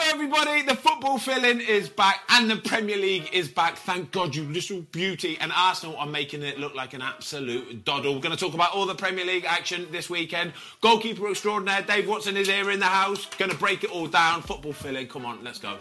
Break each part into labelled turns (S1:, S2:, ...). S1: everybody. The football filling is back and the Premier League is back. Thank God, you little beauty. And Arsenal are making it look like an absolute doddle. We're going to talk about all the Premier League action this weekend. Goalkeeper extraordinaire Dave Watson is here in the house. Going to break it all down. Football filling. Come on, let's go.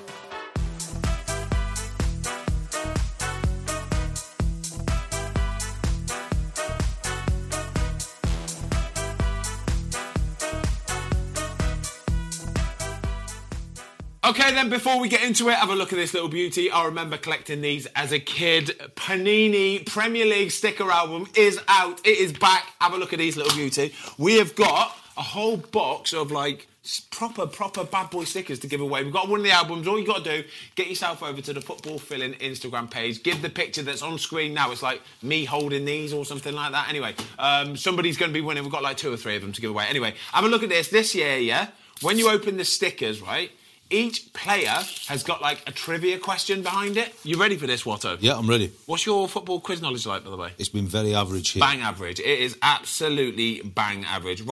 S1: Okay, then before we get into it, have a look at this little beauty. I remember collecting these as a kid. Panini Premier League sticker album is out. It is back. Have a look at these little beauty. We have got a whole box of like s- proper, proper bad boy stickers to give away. We've got one of the albums. All you got to do, get yourself over to the Football Filling Instagram page. Give the picture that's on screen now. It's like me holding these or something like that. Anyway, um, somebody's going to be winning. We've got like two or three of them to give away. Anyway, have a look at this. This year, yeah, when you open the stickers, right? Each player has got like a trivia question behind it. You ready for this, Watto?
S2: Yeah, I'm ready.
S1: What's your football quiz knowledge like, by the way?
S2: It's been very average here.
S1: Bang average. It is absolutely bang average.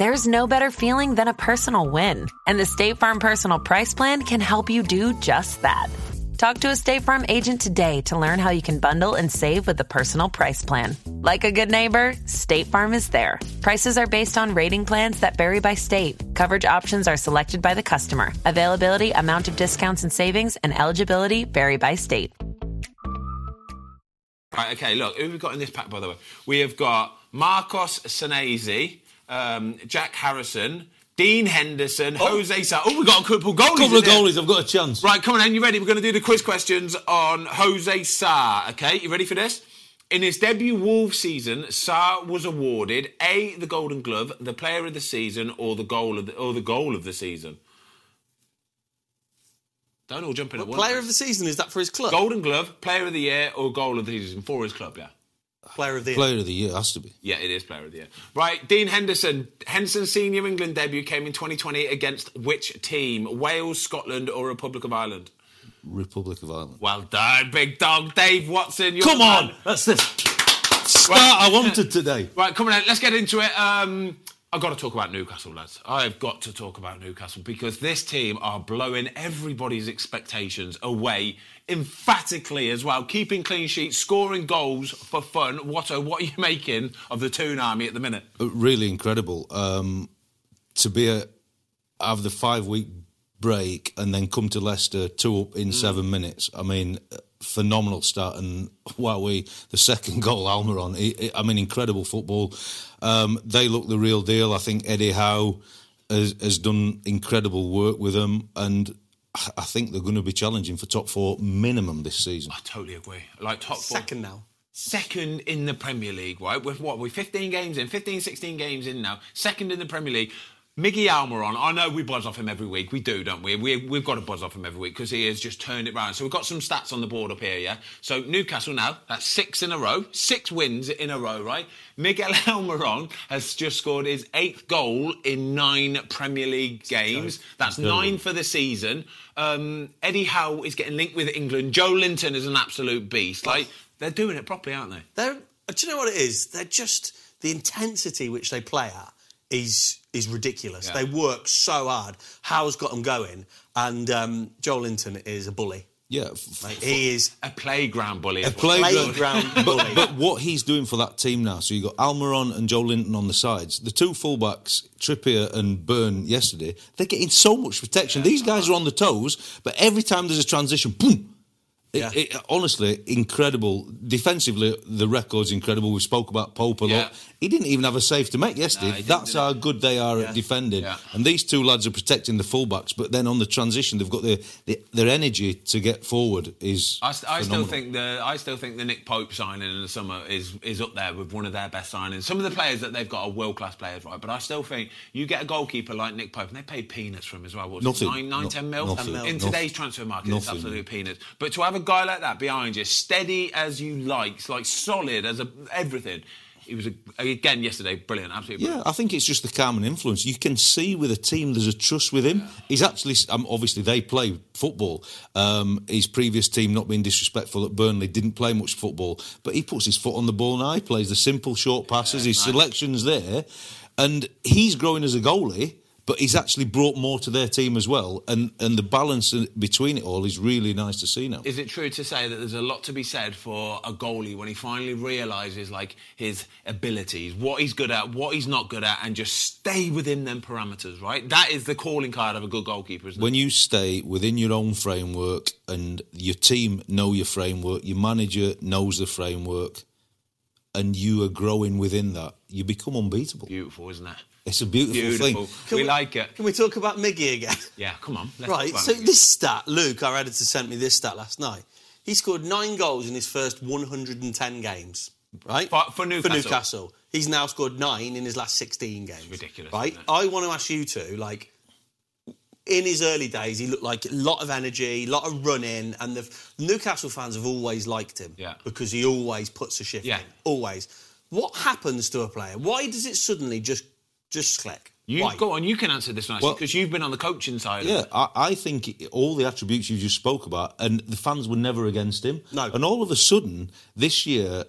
S3: There's no better feeling than a personal win. And the State Farm Personal Price Plan can help you do just that. Talk to a State Farm agent today to learn how you can bundle and save with the Personal Price Plan. Like a good neighbor, State Farm is there. Prices are based on rating plans that vary by state. Coverage options are selected by the customer. Availability, amount of discounts and savings, and eligibility vary by state.
S1: Right, okay, look, who have we got in this pack, by the way? We have got Marcos Senesi, um, Jack Harrison, Dean Henderson, Jose Sa. Oh, we've got a couple goalies.
S2: Couple
S1: in
S2: of
S1: here.
S2: goalies, I've got a chance.
S1: Right, come on, then. You ready? We're going to do the quiz questions on Jose Sa. Okay, you ready for this? In his debut Wolves season, Sa was awarded a the Golden Glove, the Player of the Season, or the goal of the, or the goal of the season. Don't all jump in at once.
S4: Player of the season is that for his club?
S1: Golden Glove, Player of the Year, or Goal of the Season for his club. Yeah,
S4: Ah, Player of the year.
S2: Player of the year has to be.
S1: yeah, it is Player of the Year. Right, Dean Henderson. Henderson's senior England debut came in 2020 against which team? Wales, Scotland, or Republic of Ireland?
S2: Republic of Ireland.
S1: Well done, big dog, Dave Watson. You're
S2: Come
S1: the man.
S2: on, that's the start I wanted today.
S1: Right, come on, then, let's get into it. Um, I've got to talk about Newcastle, lads. I've got to talk about Newcastle because this team are blowing everybody's expectations away emphatically as well. Keeping clean sheets, scoring goals for fun. Watto, what are you making of the Toon Army at the minute?
S2: Uh, Really incredible um, to be a have the five week break and then come to Leicester two up in seven minutes. I mean, uh, phenomenal start and wow, we the second goal Almiron. He- he- I mean, incredible football. Um, they look the real deal. I think Eddie Howe has, has done incredible work with them and. I- I think they're going to be challenging for top four minimum this season.
S1: I totally agree. Like top four.
S4: Second now.
S1: second in the Premier League, right? With what? We're 15 games in, 15, 16 games in now. Second in the Premier League. Miggy Almiron, I know we buzz off him every week. We do, don't we? we we've got to buzz off him every week because he has just turned it round. So we've got some stats on the board up here, yeah? So Newcastle now, that's six in a row, six wins in a row, right? Miguel Almiron has just scored his eighth goal in nine Premier League games. That's nine for the season. Um, Eddie Howe is getting linked with England. Joe Linton is an absolute beast. Like, they're doing it properly, aren't they?
S4: They're, uh, do you know what it is? They're just the intensity which they play at is is ridiculous.
S1: Yeah.
S4: They work so hard. Howe's got them going, and um, Joel Linton is a bully.
S2: Yeah, f-
S4: Like, he is
S1: A playground bully. is what-
S2: playground,
S4: playground bully.
S2: but, but what he's doing for that team now, so you got Almiron and Joe Linton on the sides. The two fullbacks, Trippier and Byrne, yesterday, they're getting so much protection. These guys are on the toes, but every time there's a transition, boom. It,
S4: Yeah.
S2: it, honestly, incredible. Defensively, the record's incredible. We spoke about Pope a lot.
S1: Yeah.
S2: He didn't even have a save to make yesterday.
S1: didn't,
S2: That's
S1: did he?
S2: how good they are at defending.
S1: Yeah.
S2: And these two lads are protecting the fullbacks, but then on the transition, they've got their their, their energy to get forward. Is
S1: I, st- I still
S2: phenomenal.
S1: think the I still think the Nick Pope signing in the summer is is up there with one of their best signings. Some of the players that they've got are world class players, right? But I still think you get a goalkeeper like Nick Pope, and they pay peanuts for him as well. What's
S2: Nothing.
S1: It, nine, nine,
S2: No-
S1: ten mil
S2: nothing.
S1: in
S2: Nothing.
S1: today's transfer market. It's
S2: Nothing.
S1: absolute peanuts. But to have a guy like that behind you, steady as you like, like solid as a, everything. He was a, again yesterday, brilliant, absolutely.
S2: Yeah,
S1: Brilliant.
S2: I think it's just the calming influence. You can see with a team there's a trust with him. He's actually, um, obviously, they play football. Um, his previous team, not being disrespectful at Burnley, didn't play much football, but he puts his foot on the ball now. He plays the simple short passes. his selection's there, and he's growing as a goalie. but he's actually brought more to their team as well. And and the balance in- between it all is really nice to see now.
S1: Is it true to say that there's a lot to be said for a goalie when he finally realizes like his abilities, what he's good at, what he's not good at, and just stay within them parameters, right? That is the calling card of a good goalkeeper, isn't
S2: when you stay within your own framework and your team know your framework, your manager knows the framework, and you are growing within that, you become unbeatable.
S1: it? Beautiful, isn't it?
S2: It's a beautiful,
S1: Beautiful.
S2: thing.
S1: We, like it.
S4: Can we talk about Miggy again?
S1: Yeah, come on. let's
S4: right.
S1: talk
S4: So
S1: about it.
S4: this stat, Luke, our editor sent me this stat last night. He scored nine goals in his first 110 games. Right
S1: For- for Newcastle.
S4: Newcastle. he's now scored nine in his last 16 games.
S1: ridiculous,
S4: Right.
S1: isn't it?
S4: I want to ask you two, like. In his early days, he looked like a lot of energy, a lot of running, and the Newcastle fans have always liked him
S1: Yeah.
S4: because he always puts a shift
S1: Yeah.
S4: in. Always. What happens to a player? Why does it suddenly just just click?
S1: you
S4: Why?
S1: go on. You can answer this nicely
S2: Well-
S1: because you've been on the coaching side.
S2: Yeah,
S1: Of it.
S2: I, I think it- all the attributes you just spoke about, and the fans were never against him.
S4: No.
S2: And all of a sudden, this year,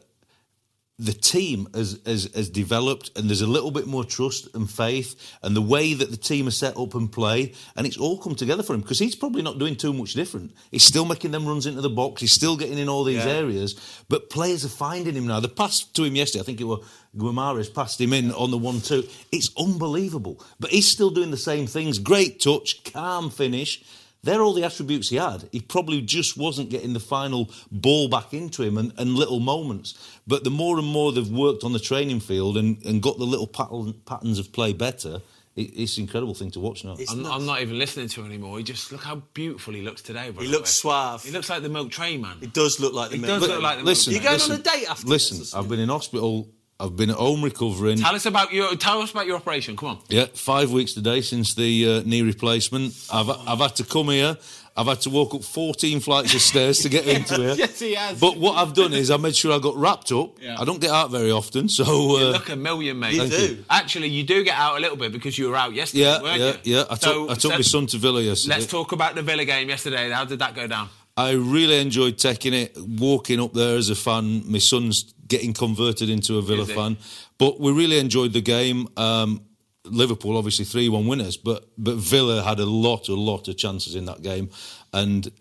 S2: the team has, has, has developed, and there's a little bit more trust and faith, and the way that the team are set up and play, and it's all come together for him because he's probably not doing too much different. He's still making them runs into the box, he's still getting in all these areas, but players are finding him now. The pass to him yesterday, I think it was Guimaraes passed him in on the one two. It's unbelievable, but he's still doing the same things. Great touch, calm finish. They're all the attributes he had. He probably just wasn't getting the final ball back into him and, and little moments. But the more and more they've worked on the training field and, and got the little pattern, patterns of play better, it, it's an incredible thing to watch now.
S1: I'm, I'm not even listening to him anymore. He just look how beautiful he looks today. By
S4: He
S1: the
S4: looks
S1: way.
S4: suave.
S1: He looks like the milk tray man.
S4: It does look like the
S1: It
S4: middle.
S1: does look like the
S2: listen,
S4: You going
S2: listen,
S4: on a date after this?
S2: Listen, I've been in hospital. I've been at home recovering.
S1: Tell us about your. Tell us about your operation. Come on.
S2: Yeah, five weeks today since the uh, knee replacement. I've I've had to come here. I've had to walk up 14 flights of stairs to get into here.
S1: yes, he has.
S2: But what I've done is I made sure I got wrapped up.
S1: Yeah.
S2: I don't get out very often, so uh,
S1: Look a million, mate.
S4: You Thank do. you.
S1: Actually, you do get out a little bit because you were out yesterday,
S2: yeah,
S1: weren't
S2: yeah,
S1: you?
S2: yeah. I took
S1: So-
S2: I took my son to Villa yesterday.
S1: Let's talk about the Villa game yesterday. How did that go down?
S2: I really enjoyed taking it, walking up there as a fan. My son's getting converted into a Villa
S1: Is he?
S2: fan, but we really enjoyed the game. Um, Liverpool obviously three one winners, but but Villa had a lot, a lot of chances in that game, and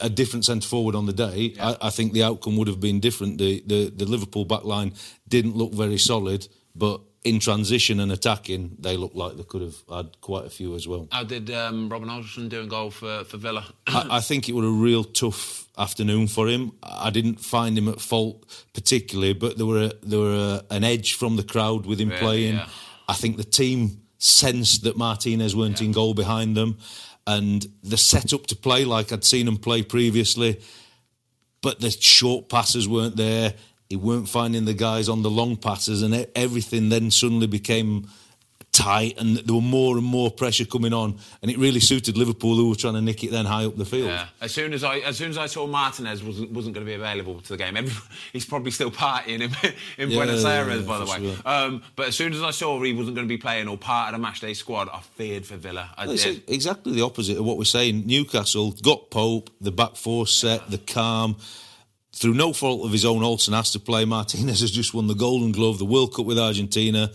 S2: a different centre forward on the day. I, I think the outcome would have been different. The the, the Liverpool back line didn't look very solid, but in transition and attacking, they looked like they could have had quite a few as well.
S1: How did um, Robin Hodgson do in goal for, for Villa?
S2: I, I think it was a real tough afternoon for him. I didn't find him at fault particularly, but there were there were a, an edge from the crowd with him
S1: Really,
S2: playing.
S1: yeah.
S2: I think the team sensed that Martinez weren't in goal behind them, and the setup to play like I'd seen him play previously, but the short passes weren't there. He weren't finding the guys on the long passes, and e- everything then suddenly became tight and there were more and more pressure coming on and it really suited Liverpool who were trying to nick it then high up the field.
S1: Yeah. As soon as I as soon as I saw Martinez wasn't wasn't going to be available to the game, every, he's probably still partying in, in
S2: Yeah,
S1: Buenos
S2: yeah,
S1: Aires,
S2: yeah,
S1: by the
S2: for
S1: way.
S2: sure.
S1: Um, but as soon as I saw he wasn't going to be playing or part of the matchday squad, I feared for Villa. I
S2: Well, It's
S1: did.
S2: exactly the opposite of what we're saying. Newcastle got Pope, the back four set, the calm. Through no fault of his own, Olsen has to play. Martinez has just won the Golden Glove, the World Cup with Argentina.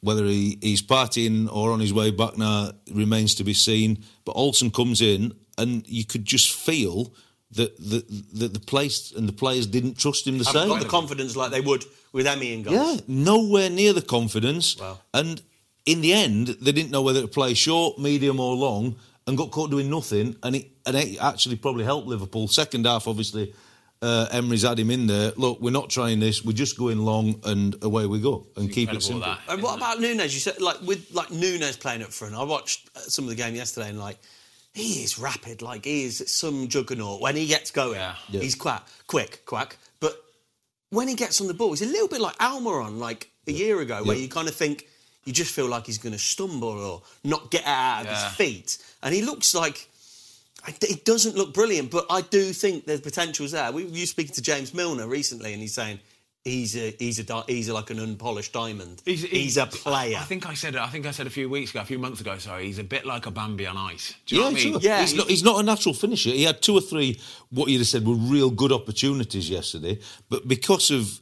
S2: Whether he, he's partying or on his way back now remains to be seen. But Olsen comes in, and you could just feel that the, that the place and the players didn't trust him the
S4: Haven't
S2: same.
S4: got the confidence like they would with Emmy in goal.
S2: Yeah, nowhere near the confidence.
S4: Wow.
S2: And in the end, they didn't know whether to play short, medium, or long, and got caught doing nothing. And it and it actually probably helped Liverpool. Second half, obviously, uh, Emery's had him in there. Look, we're not trying this. We're just going long, and away we go, and keep it
S1: Incredible
S2: simple. Um,
S1: that.
S4: And what about Nunes? You said like with like Nunes playing up front. I watched uh, some of the game yesterday and like he is rapid. Like he is some juggernaut when he gets going.
S1: Yeah.
S2: Yeah.
S4: He's quack, quick, quack. But when he gets on the ball, he's a little bit like Almiron like a year ago, where
S2: Yeah.
S4: you kind of think you just feel like he's going to stumble or not get out of
S1: Yeah.
S4: his feet, and he looks like. I- It doesn't look brilliant, but I do think there's potentials there. We you speaking to James Milner recently, and he's saying he's a he's a di- he's like an unpolished diamond. He's, a player.
S1: I think I said it. I think I said a few weeks ago, a few months ago. Sorry, he's a bit like a Bambi on ice. Do you know
S2: Yeah,
S1: what I mean?
S2: sure.
S4: Yeah,
S2: he's,
S4: he-
S2: not, he's not a natural finisher. He had two or three what you'd have said were real good opportunities yesterday, but because of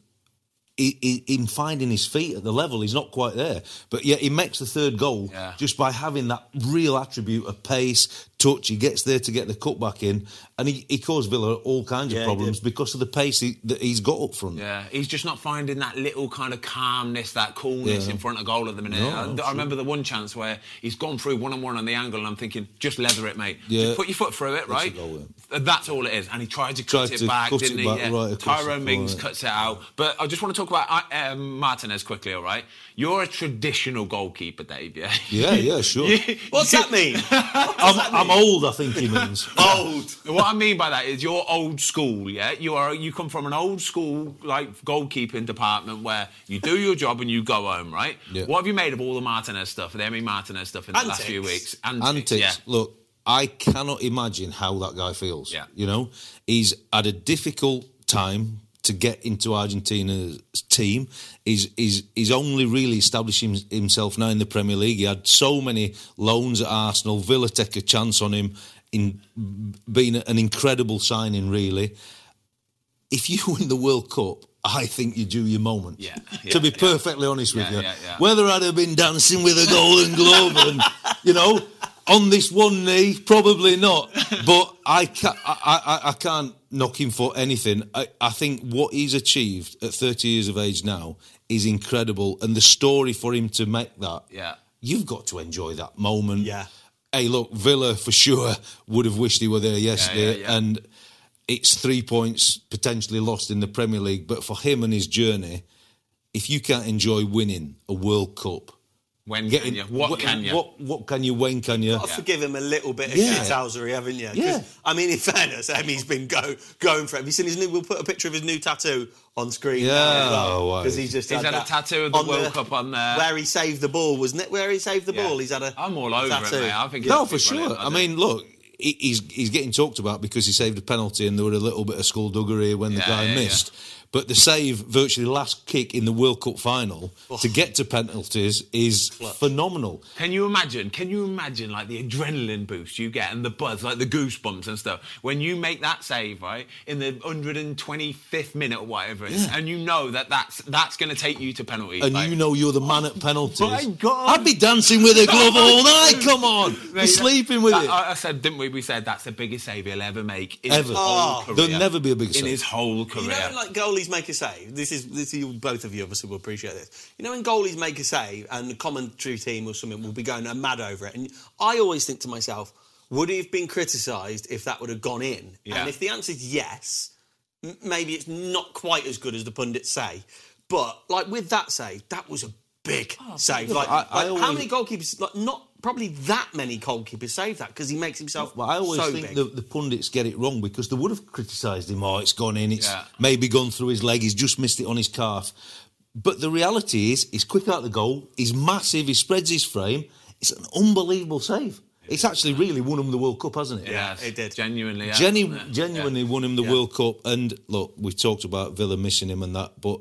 S2: he, he, him finding his feet at the level, he's not quite there. But yet he makes the third goal
S1: Yeah.
S2: just by having that real attribute of pace, touch. He gets there to get the cut back in, and he, he caused Villa all kinds
S4: Yeah,
S2: of
S4: he
S2: problems
S4: did.
S2: because of the pace he, that he's got up front.
S1: Yeah, he's just not finding that little kind of calmness, that coolness
S2: Yeah.
S1: in front of goal at the minute.
S2: No,
S1: I, I
S2: absolutely.
S1: remember the one chance where he's gone through one on one on the angle, and I'm thinking, just leather it, mate.
S2: Yeah.
S1: Just put your foot through it, right? Uh,
S2: goal,
S1: That's all it is. And he tried to cut
S2: Tried
S1: it
S2: to
S1: back,
S2: cut
S1: didn't
S2: it
S1: he?
S2: back right across the
S1: Tyrone Mings
S2: floor.
S1: cuts it out. But I just want to talk about uh, um, Martinez quickly, all right? You're a traditional goalkeeper, Dave, yeah?
S2: Yeah, yeah, sure.
S4: What's that mean?
S2: I'm, I'm old, I think he means.
S4: Old.
S1: what I mean by that is you're old school, yeah. You are you come from an old school like goalkeeping department where you do your job and you go home, right?
S2: Yeah.
S1: What have you made of all the Martinez stuff, the Emmy Martinez stuff in the last few
S4: Antics.
S1: weeks? Antics,
S2: Antics.
S1: yeah.
S2: Look, I cannot imagine how that guy feels.
S1: Yeah.
S2: You know, he's had a difficult time to get into Argentina's team. He's he's he's only really establishing himself now in the Premier League. He had so many loans at Arsenal. Villa take a chance on him in being an incredible signing, really. If you win the World Cup, I think you do your moment.
S1: Yeah, yeah,
S2: to be perfectly honest with
S1: Yeah,
S2: you.
S1: yeah, yeah.
S2: Whether I'd have been dancing with a golden glove and, you know, on this one knee, probably not. But I can't, I, I, I can't knock him for anything. I, I think what he's achieved at 30 years of age now is incredible. And the story for him to make that,
S1: Yeah.
S2: you've got to enjoy that moment.
S4: Yeah.
S2: Hey, look, Villa for sure would have wished he were there yesterday.
S1: yeah.
S2: And it's three points potentially lost in the Premier League. But for him and his journey, if you can't enjoy winning a World Cup,
S1: When can
S2: getting
S1: you? What, can you?
S2: What, what can you? When can you?
S4: Got to forgive him a little bit of
S2: Yeah.
S4: shithousery, haven't you? 'Cause,
S2: Yeah.
S4: I mean, in fairness, Emmy's been go, going for it. Have you seen his new? We'll put a picture of his new tattoo on screen.
S2: Yeah, oh, wow.
S4: Because he's just
S1: He's had a
S4: that
S1: tattoo of the
S4: on
S1: World Cup on there.
S4: where he saved the ball, wasn't it? Where he saved the
S1: Yeah.
S4: ball. He's had a.
S1: I'm all over
S4: tattoo.
S1: it, mate. I think
S2: No,
S1: it's
S2: for
S1: brilliant.
S2: sure. I
S1: do.
S2: mean, look, he- he's he's getting talked about because he saved a penalty and there were a little bit of skullduggery when
S1: Yeah,
S2: the guy
S1: yeah, yeah.
S2: missed. But the save, virtually last kick in the World Cup final
S1: Oh.
S2: to get to penalties is phenomenal.
S1: Can you imagine? Can you imagine like the adrenaline boost you get and the buzz, like the goosebumps and stuff when you make that save, right, in the 125th minute or whatever, it is,
S2: Yeah.
S1: and you know that that's that's going to take you to penalties.
S2: And
S1: like-
S2: you know you're the man at penalties.
S1: My God.
S2: I'd be dancing with a glove all night. Come on, you're
S1: Mate,
S2: sleeping with
S1: that-
S2: it.
S1: I, I said, didn't we? We said that's the biggest save he'll ever make in
S2: Ever.
S1: his whole
S4: Oh.
S1: career.
S2: There'll never be a bigger
S1: in
S2: save.
S1: his whole career.
S4: You know, when, like goalies make a save. This is this. You, both of you obviously will appreciate this. You know, when goalies make a save, and the commentary team or something will be going mad over it. And I always think to myself, would he have been criticised if that would have gone in?
S1: Yeah.
S4: And if the answer is yes, m- maybe it's not quite as good as the pundits say. But like with that save, that was a big save. Like,
S2: I- I
S4: like, how
S2: always-
S4: many goalkeepers? Like not probably that many goalkeepers save that because he makes himself.
S2: Well, I always
S4: so
S2: think
S4: big.
S2: the, the pundits get it wrong because they would have criticised him. Oh, it's gone in. It's
S1: Yeah.
S2: maybe gone through his leg. He's just missed it on his calf. But the reality is, he's quick out the goal. He's massive. He spreads his frame. It's an unbelievable save. It's actually really won him the World Cup, hasn't it?
S1: Yes,
S4: it did.
S1: genuinely. yeah,
S2: Genu-
S1: wasn't it?
S2: genuinely won him the World Cup. And look, we've talked about Villa missing him and that, but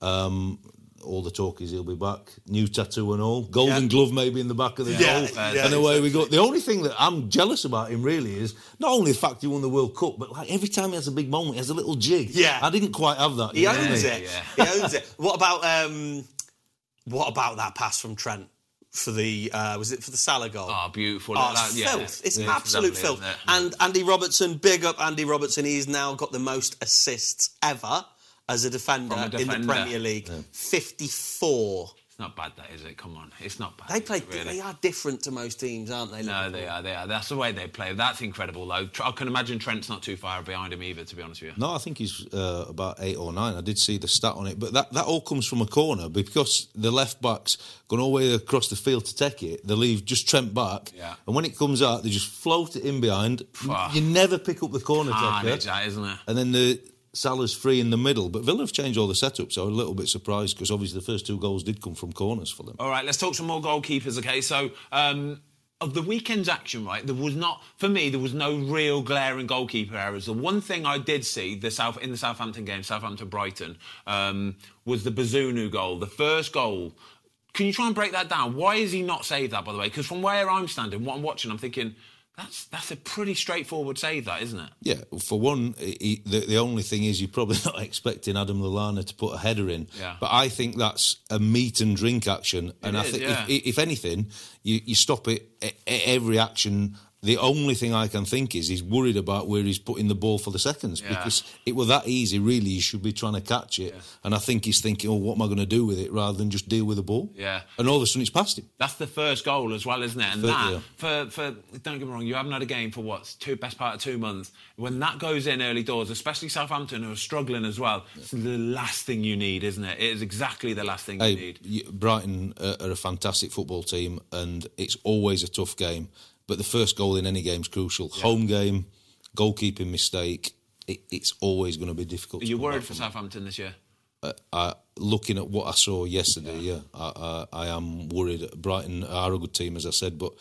S2: um, all the talk is he'll be back. New tattoo and all. Golden
S4: Yeah.
S2: glove maybe in the back of the
S4: Yeah,
S2: goal.
S4: fair
S2: and
S4: play.
S2: away we go. The only thing that I'm jealous about him really is not only the fact he won the World Cup, but like every time he has a big moment, he has a little jig.
S4: Yeah.
S2: I didn't quite have that.
S4: He
S2: you know what I
S4: owns
S2: mean?
S4: it. He owns it. What about um, what about that pass from Trent for the uh, was it for the Salah goal?
S1: Oh, beautiful.
S4: Oh,
S1: Like
S4: it's
S1: that, yeah.
S4: filth. It's
S1: Yeah.
S4: absolute
S1: Lovely,
S4: filth.
S1: isn't it?
S4: And Andy Robertson, big up Andy Robertson. He's now got the most assists ever as a defender,
S1: From a
S4: in
S1: defender.
S4: the Premier League. 54.
S1: it's not bad, that is it? Come on, it's not bad.
S4: They
S1: is it,
S4: play.
S1: really?
S4: They are different to most teams, aren't they?
S1: No,
S4: Liverpool?
S1: they are. They are. That's the way they play. That's incredible, though. Tr- I can imagine Trent's not too far behind him either. To be honest with you.
S2: No, I think he's uh, about eight or nine. I did see the stat on it, but that, that all comes from a corner because the left backs gone all the way across the field to take it. They leave just Trent back,
S1: Yeah.
S2: and when it comes out, they just float it in behind.
S1: Fuck. Ah,
S2: You never pick up the corner
S1: Carnage,
S2: taker,
S1: that isn't it?
S2: and then the Salah's free in the middle. But Villa have changed all the setups. So I'm a little bit surprised because obviously the first two goals did come from corners for them.
S1: All right, let's talk some more goalkeepers, okay? So, um, of the weekend's action, right, there was not, for me, there was no real glaring goalkeeper errors. The one thing I did see the South, in the Southampton game, Southampton Brighton, um, was the Bazunu goal, the first goal. Can you try and break that down? Why is he not saved that, by the way? Because from where I'm standing, what I'm watching, I'm thinking, That's that's a pretty straightforward save, that isn't it?
S2: Yeah, for one, he, the, the only thing is you're probably not expecting Adam Lallana to put a header in.
S1: Yeah.
S2: But I think that's a meat and drink action, and I
S1: is,
S2: think
S1: yeah.
S2: if, if anything, you, you stop it at every action. The only thing I can think is he's worried about where he's putting the ball for the seconds
S1: Yeah.
S2: because it were that easy. Really, you should be trying to catch it, and I think he's thinking, "Oh, what am I going to do with it?" Rather than just deal with the ball.
S1: Yeah.
S2: And all of a sudden, it's past him.
S1: That's the first goal as well, isn't it? And
S2: Third,
S1: that
S2: yeah.
S1: for for don't get me wrong, you haven't had a game for what's two best part of two months. When that goes in early doors, especially Southampton who are struggling as well, it's the last thing you need, isn't it? It is exactly the last thing you
S2: Hey,
S1: need.
S2: you- Brighton uh, are a fantastic football team, and it's always a tough game. But the first goal in any game is crucial. Home game, goalkeeping mistake. It, it's always going to be difficult.
S1: Are
S2: to
S1: you
S2: come
S1: worried
S2: back
S1: for
S2: from.
S1: Southampton this year?
S2: I, looking at what I saw yesterday, yeah, I, I, I am worried. Brighton are a good team, as I said, but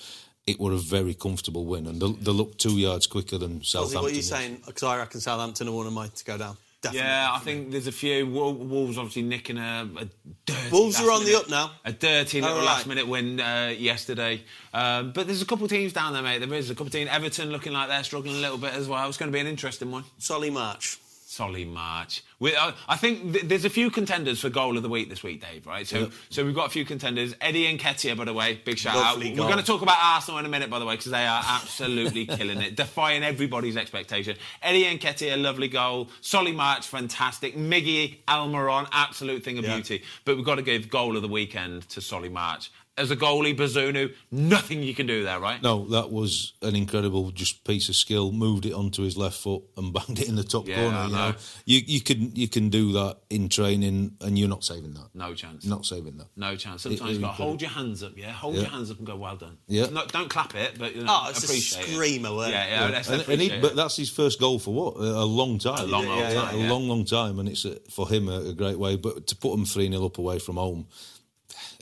S2: it were a very comfortable win, and they, they look two yards quicker than
S4: Ozzy,
S2: Southampton.
S4: what are you
S2: is.
S4: saying? Because I reckon Southampton are one of mine to go down. Definitely.
S1: Yeah, I think there's a few. Wol- Wolves obviously nicking a, a dirty.
S4: Wolves are
S1: last
S4: on the
S1: minute-
S4: up now.
S1: A dirty little
S4: All right.
S1: last minute win uh, yesterday. Um, but there's a couple of teams down there, mate. There is a couple of teams. Everton looking like they're struggling a little bit as well. It's going to be an interesting one.
S4: Solly March.
S1: Solly March. We, I I think th- there's a few contenders for goal of the week this week, Dave. Right, so so we've got a few contenders. Eddie and Ketia, by the way, big shout
S4: Lovely
S1: out.
S4: goal.
S1: We're going to talk about Arsenal in a minute, by the way, because they are absolutely killing it, defying everybody's expectation. Eddie and Ketia, lovely goal. Solly March, fantastic. Miggy Almiron, absolute thing of
S4: Yeah.
S1: beauty. But we've got to give goal of the weekend to Solly March. As a goalie, Bazunu, nothing you can do there, right?
S2: No, that was an incredible just piece of skill. Moved it onto his left foot and banged it in the top
S1: Yeah,
S2: corner.
S1: I
S2: you
S1: know.
S2: know, you you can you can do that in training, and you're not saving that.
S1: No chance.
S2: Not saving that.
S1: No chance.
S2: It-
S1: Sometimes you've
S2: it-
S1: got to hold your hands up, yeah? Hold your
S2: Yeah.
S1: hands up and go, well done.
S2: Yeah.
S1: No, don't clap it, but you know,
S4: Oh, it's a
S1: appreciate it.
S4: screamer, weren't it?
S1: Yeah, yeah, let's
S2: And, and
S1: appreciate
S2: he,
S1: it.
S2: but that's his first goal for what a a long time,
S1: A long, long time,
S2: a
S1: yeah.
S2: long, long time, and it's a, for him a, a great way. But to put him three 0 up away from home,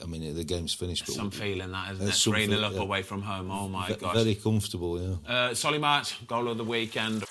S2: I mean the game's finished. But
S1: Some feeling that, isn't it?
S2: There's some
S1: 3 0
S2: feel-
S1: up
S2: yeah.
S1: away from home. Oh, my
S2: ve-
S1: gosh.
S2: very comfortable, yeah.
S1: Uh, Solly March, goal of the weekend.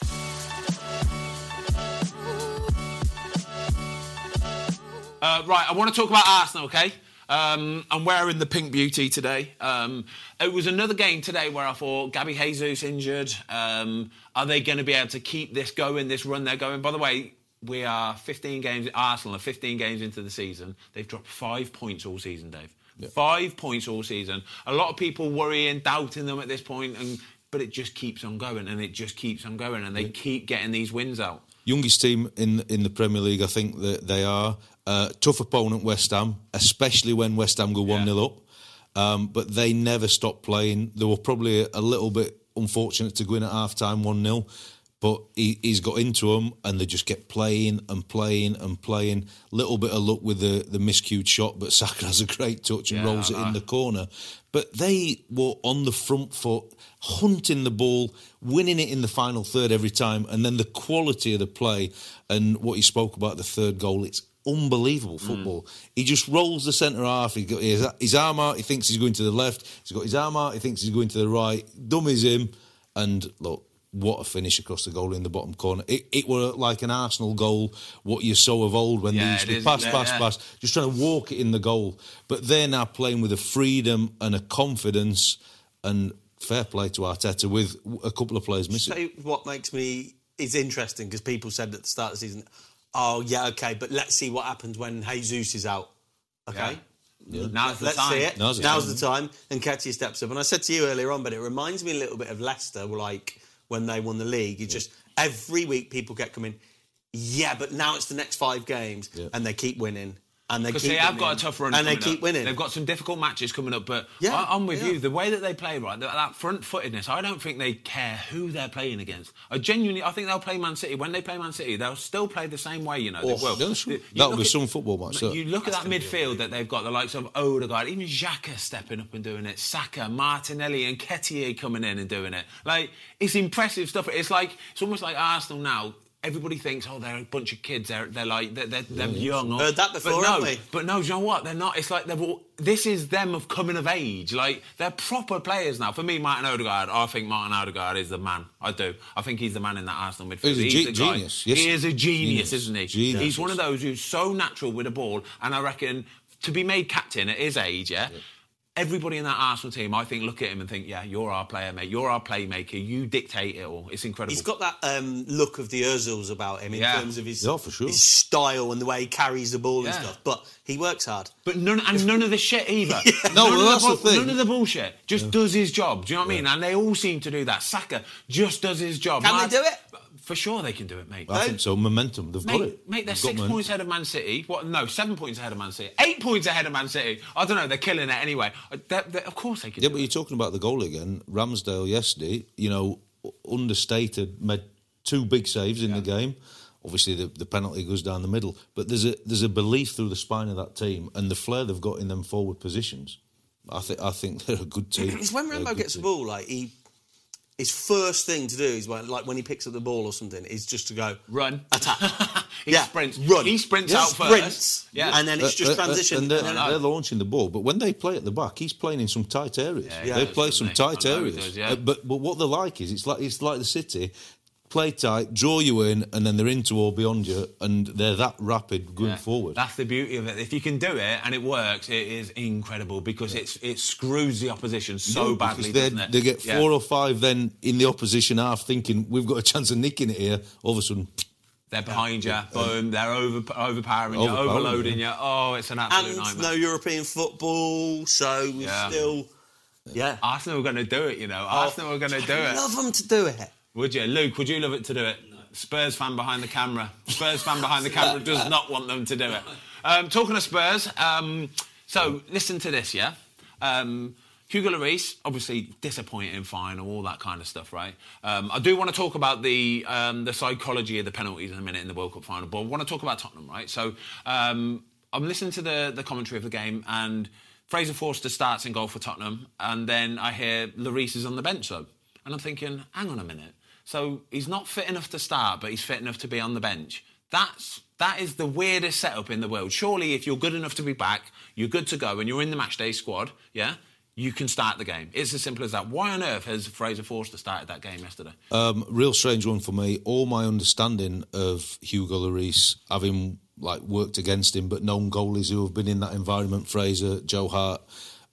S1: Uh, right, I want to talk about Arsenal, okay? Um, I'm wearing the pink beauty today. Um, it was another game today where I thought Gabby Jesus injured. Um, are they going to be able to keep this going, this run they're going? By the way, we are 15 games, Arsenal are 15 games into the season. They've dropped five points all season, Dave. Five points all season. A lot of people worrying, doubting them at this point, and, but it just keeps on going and it just keeps on going and they keep getting these wins out.
S2: youngest team in in the Premier League. I think that they are uh, tough opponent West Ham, especially when West Ham go one 0 up. Um, but they never stopped playing. They were probably a little bit unfortunate to go in at half time one 0 but he, he's got into them and they just kept playing and playing and playing. Little bit of luck with the the miscued shot, but Saka has a great touch and
S1: Yeah,
S2: rolls it
S1: I-
S2: in the corner. But they were on the front foot, hunting the ball, winning it in the final third every time. And then the quality of the play and what you spoke about the third goal, it's unbelievable
S1: Hmm.
S2: football. He just rolls the centre half. He's got his, his arm out. He thinks he's going to the left. He's got his arm out. He thinks he's going to the right. Dummies him. And look, what a finish across the goal in the bottom corner. It, it were like an Arsenal goal, what you saw of old when
S1: Yeah,
S2: they used
S1: it
S2: to
S1: is,
S2: pass,
S1: yeah,
S2: pass,
S1: yeah.
S2: pass just trying to walk it in the goal. But they're now playing with a freedom and a confidence and fair play to Arteta with a couple of players missing.
S4: Say what makes me is interesting because people said at the start of the season, "Oh yeah, okay, but let's see what happens when Jesus is out." Okay.
S1: Now's the
S4: Let's
S1: time.
S4: see it.
S2: Now's
S4: Now's
S2: the
S4: the,
S2: time.
S4: time. And Ketia steps up. And I said to you earlier on, but it reminds me a little bit of Leicester, like when they won the league. You just every week people get coming, yeah, but now it's the next five games, and they keep winning. And they
S1: Because
S4: keep
S1: they have
S4: winning,
S1: got a tough run,
S4: and they
S1: coming
S4: keep
S1: up.
S4: winning.
S1: They've got some difficult matches coming up, but
S4: Yeah,
S1: I, am with
S4: yeah.
S1: you. The way that they play, right, that, that front-footedness, I don't think they care who they're playing against. I genuinely, I think they'll play Man City. When they play Man City, they'll still play the same way. You know, they
S2: Oh,
S1: will.
S2: that's-
S1: You
S2: that would
S1: look
S2: be
S1: at-
S2: some football match, that.
S1: You look at that midfield that they've got, the likes of Odegaard, even Xhaka stepping up and doing it, Saka, Martinelli, and Kettier coming in and doing it. Like it's impressive stuff. It's like it's almost like Arsenal now. Everybody thinks, oh, they're a bunch of kids. They're, they're like they're, they're, they're young.
S4: Heard that
S1: but
S4: before,
S1: no,
S4: haven't we?
S1: But no, do you know what? They're not. It's like they're all. This is them of coming of age. Like they're proper players now. For me, Martin Odegaard. I think Martin Odegaard is the man. I do. I think he's the man in that Arsenal midfield.
S2: He's a ge-
S1: the guy.
S2: genius. Yes.
S1: He is a genius,
S2: Genius.
S1: isn't he?
S2: Genius.
S1: He's one of those who's so natural with a ball, and I reckon to be made captain at his age, yeah. Everybody in that Arsenal team, I think, look at him and think, yeah, you're our player, mate. You're our playmaker. You dictate it all. It's incredible.
S4: He's got that um, look of the Özils about him in
S1: Yeah.
S4: terms of his,
S2: Yeah, for sure.
S4: his style and the way he carries the ball
S1: Yeah.
S4: and stuff. But he works hard.
S1: But none and none of the shit either. None
S2: No,
S1: of
S2: well, that's
S1: bu-
S2: the thing.
S1: None of the bullshit. Just does his job. Do you know what I mean? And they all seem to do that. Saka just does his job.
S4: Can they
S1: Mad-
S4: do it?
S1: For sure, they can do it, mate.
S2: I think so. Momentum. They've got
S1: Mate,
S2: it.
S1: mate, they're
S2: They've got
S1: six
S2: momentum.
S1: points ahead of Man City. What? No, seven points ahead of Man City. Eight points ahead of Man City. I don't know. They're killing it anyway. Uh, they're- they're- of course they can.
S2: Yeah,
S1: do
S2: but
S1: it.
S2: you're talking about the goal again. Ramsdale yesterday, you know, understated, made two big saves in the game. Obviously, the, the penalty goes down the middle, but there's a there's a belief through the spine of that team and the flair they've got in them forward positions. I think I think they're a good team.
S4: It's when
S2: They're a
S4: Rambo
S2: good
S4: gets the
S2: team.
S4: ball, like he, his first thing to do is when, like when he picks up the ball or something, is just to go
S1: Run.
S4: attack.
S1: He
S4: yeah,
S1: sprints.
S4: run.
S1: He sprints out first.
S4: Sprints,
S1: Yeah.
S4: and then it's
S2: Uh,
S4: just
S2: uh, uh,
S4: transition.
S2: and they're,
S4: And then-
S2: they're launching the ball, but when they play at the back, he's playing in some tight areas.
S1: he
S2: they
S1: does,
S2: play
S1: doesn't
S2: some
S1: he?
S2: tight
S1: I know he
S2: areas.
S1: does, yeah.
S2: Uh, but but what they're like is it's like it's like the city. Play tight, draw you in, and then they're into or beyond you, and they're that rapid going
S1: Yeah.
S2: forward.
S1: That's the beauty of it. If you can do it and it works, it is incredible because it's it screws the opposition so
S2: Yeah, because
S1: badly,
S2: they-
S1: doesn't it?
S2: They get
S1: Yeah.
S2: four or five then in the opposition half, thinking we've got a chance of nicking it here. All of a sudden,
S1: They're behind you. Boom. They're over, overpowering you,
S2: Overpowering,
S1: overloading you. Oh, it's an absolute
S4: and
S1: nightmare.
S4: no European football, so we're
S1: Yeah.
S4: still yeah.
S1: Arsenal are going to do it, you know. Arsenal are going to do
S4: Oh, I
S1: it.
S4: Love them to do it.
S1: Would you, Luke? Would you love it to do it? Spurs fan behind the camera. Spurs fan behind the camera does not want them to do it. Um, talking of Spurs, um, so listen to this, yeah. Um, Hugo Lloris, obviously disappointing final, all that kind of stuff, right? Um, I do want to talk about the um, the psychology of the penalties in a minute in the World Cup final, but I want to talk about Tottenham, right? So um, I'm listening to the the commentary of the game and. Fraser Forster starts in goal for Tottenham, and then I hear Lloris is on the bench though. And I'm thinking, hang on a minute. So he's not fit enough to start, but he's fit enough to be on the bench. That's that is the weirdest setup in the world. Surely, if you're good enough to be back, you're good to go, and you're in the matchday squad, yeah, you can start the game. It's as simple as that. Why on earth has Fraser Forster started that game yesterday?
S2: um, real strange one for me. All my understanding of Hugo Lloris, having like worked against him, but known goalies who have been in that environment, Fraser, Joe Hart,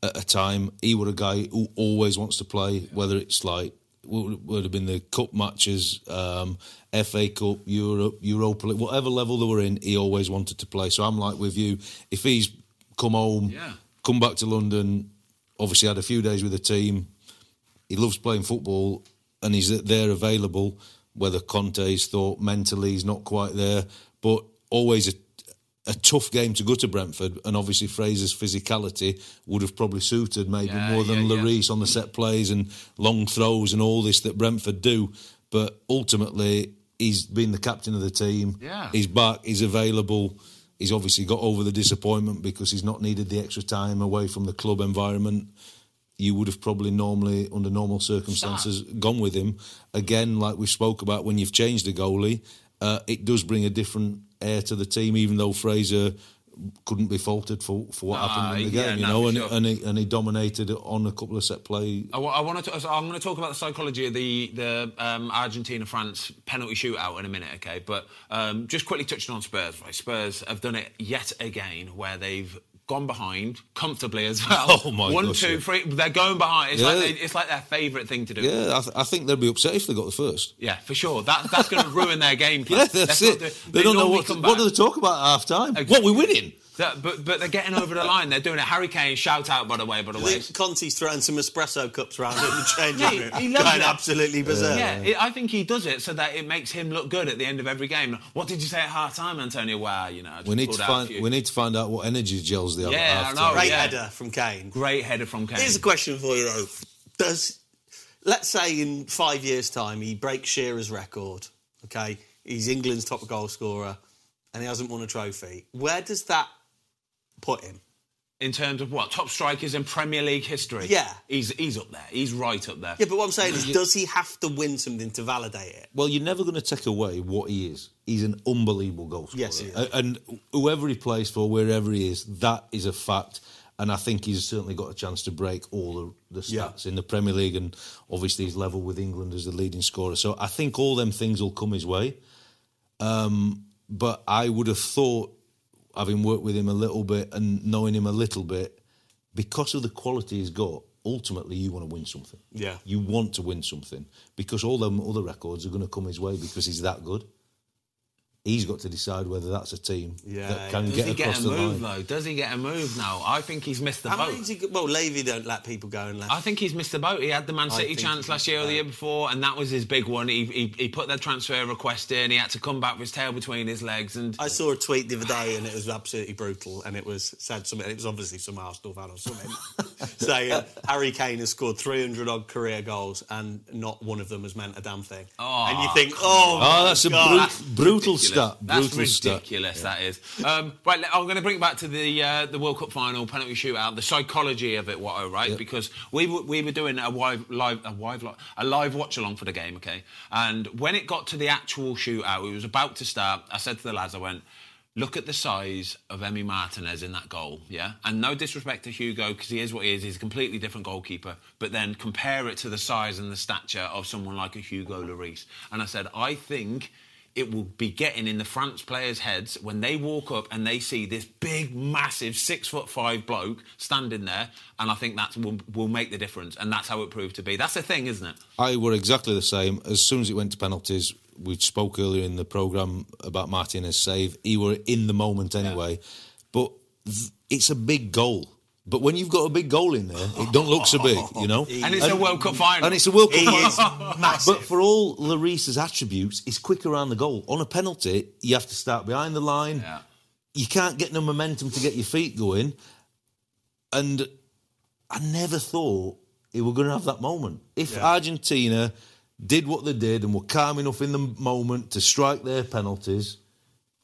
S2: at a time, he were a guy who always wants to play, whether it's like would would have been the cup matches, um, FA Cup, Europe, Europa, League, whatever level they were in, he always wanted to play. So I'm like with you, if he's come home,
S1: Yeah.
S2: come back to London, obviously had a few days with the team, he loves playing football and he's there available. Whether Conte's thought mentally he's not quite there, but always a, a tough game to go to Brentford. And obviously Fraser's physicality would have probably suited maybe
S1: Yeah,
S2: more than
S1: yeah, yeah.
S2: Lloris on the set plays and long throws and all this that Brentford do. But ultimately, he's been the captain of the team.
S1: Yeah.
S2: He's back, he's available. He's obviously got over the disappointment because he's not needed the extra time away from the club environment you would have probably normally, under normal circumstances, gone with him. Again, like we spoke about, when you've changed the goalie, uh, it does bring a different air to the team. Even though Fraser couldn't be faulted for, for what
S1: Nah,
S2: happened in the
S1: yeah,
S2: game, you
S1: nah,
S2: know,
S1: for
S2: and,
S1: sure.
S2: and, he, and he dominated on a couple of set play.
S1: I, want to. So I'm going to talk about the psychology of the the um, Argentina France penalty shootout in a minute, okay? But um, just quickly touching on Spurs, right? Spurs have done it yet again, where they've gone behind comfortably as well.
S2: Oh, my
S1: One,
S2: gosh,
S1: two,
S2: yeah.
S1: three. They're going behind. It's like
S2: Yeah.
S1: they, it's like their favourite thing to do.
S2: Yeah, I, th- I think they'd be upset if they got the first.
S1: Yeah, for sure. That, that's going to ruin their game plan.
S2: Yeah, that's
S1: They're not
S2: it.
S1: doing-
S2: they, don't know
S1: normally
S2: what. To,
S1: come
S2: what
S1: back.
S2: do they talk about at half time? What we winning?
S1: That- but but they're getting over the line. They're doing a Harry Kane shout out. By the way, by the way,
S4: Luke Conti's throwing some espresso cups round in the changing
S1: Mate,
S4: room,
S1: he
S4: going
S1: loves it.
S4: absolutely berserk.
S1: Yeah, it, I think he does it so that it makes him look good at the end of every game. What did you say at half time, Antonio? Wow, you know, I just
S2: We need
S1: pulled
S2: to
S1: out a
S2: find.
S1: few.
S2: We need to find out what energy gels they have
S1: Yeah, I
S2: at half
S1: know.
S2: time.
S4: Great
S1: Yeah.
S4: header from Kane.
S1: great header from Kane.
S4: Here's a question for you though. Does let's say in five years' time he breaks Shearer's record, okay? He's England's top goal scorer and he hasn't won a trophy. Where does that put him?
S1: in terms of what top strikers in Premier League history.
S4: Yeah.
S1: he's he's up there. He's right up there.
S4: Yeah, but what I'm saying is, does he have to win something to validate it?
S2: Well, you're never going to take away what he is. He's an unbelievable goal scorer.
S4: Yes, he is.
S2: A- And whoever he plays for, wherever he is, that is a fact. And I think he's certainly got a chance to break all the, the
S4: Yeah.
S2: stats in the Premier League. And obviously, he's level with England as the leading scorer. So I think all them things will come his way. Um, but I would have thought, having worked with him a little bit and knowing him a little bit, because of the quality he's got, ultimately you want to win something.
S4: Yeah.
S2: You want to win something because all them other records are going to come his way because he's that good. He's got to decide whether that's a team
S4: Yeah,
S2: that can
S4: yeah.
S1: Does
S2: get
S1: he
S2: across
S1: get a
S2: the
S1: move
S2: line.
S1: though? Does he get a move now? I think he's missed the
S4: How
S1: boat.
S4: many did he go- well, Levy don't let people go and let.
S1: I think he's missed the boat. He had the Man
S4: I
S1: City
S4: think
S1: chance
S4: he
S1: last year or the year before, and that was his big one. He, he, he put their transfer request in. He had to come back with his tail between his legs, and
S4: I saw a tweet the other day and it was absolutely brutal and it was said something. It was obviously some Arsenal fan or something saying Harry Kane has scored 300 odd career goals and not one of them has meant a damn thing.
S1: Oh,
S4: and you think, oh,
S2: Oh, that's a
S4: God,
S2: brut- brutal
S1: ridiculous.
S2: stat.
S1: That's
S2: brutal stat.
S1: ridiculous. That is um, right. let- I'm going to bring it back to the uh, the World Cup final penalty shootout. The psychology of it, Watto, right? Because we were, we were doing a live live a live lo- a live watch along for the game, okay? And when it got to the actual shootout, it was about to start. I said to the lads, I went. Look at the size of Emi Martinez in that goal, yeah? And no disrespect to Hugo, because he is what he is. He's a completely different goalkeeper. But then compare it to the size and the stature of someone like a Hugo Lloris. And I said, I think it will be getting in the France players' heads when they walk up and they see this big, massive six foot five bloke standing there, and I think that will, will make the difference, and that's how it proved to be. That's the thing, isn't it?
S2: I were exactly the same. As soon as it went to penalties, we spoke earlier in the programme about Martinez's save. He were in the moment anyway. But th- it's a big goal. But when you've got a big goal in there, it don't look so big, you know?
S1: And it's a World Cup final.
S2: And it's a World Cup
S4: He
S2: final.
S4: is massive.
S2: But for all Lloris's attributes, he's quick around the goal. On a penalty, you have to start behind the line.
S1: Yeah.
S2: You can't get no momentum to get your feet going. And I never thought he were going to have that moment. If Argentina did what they did and were calm enough in the moment to strike their penalties,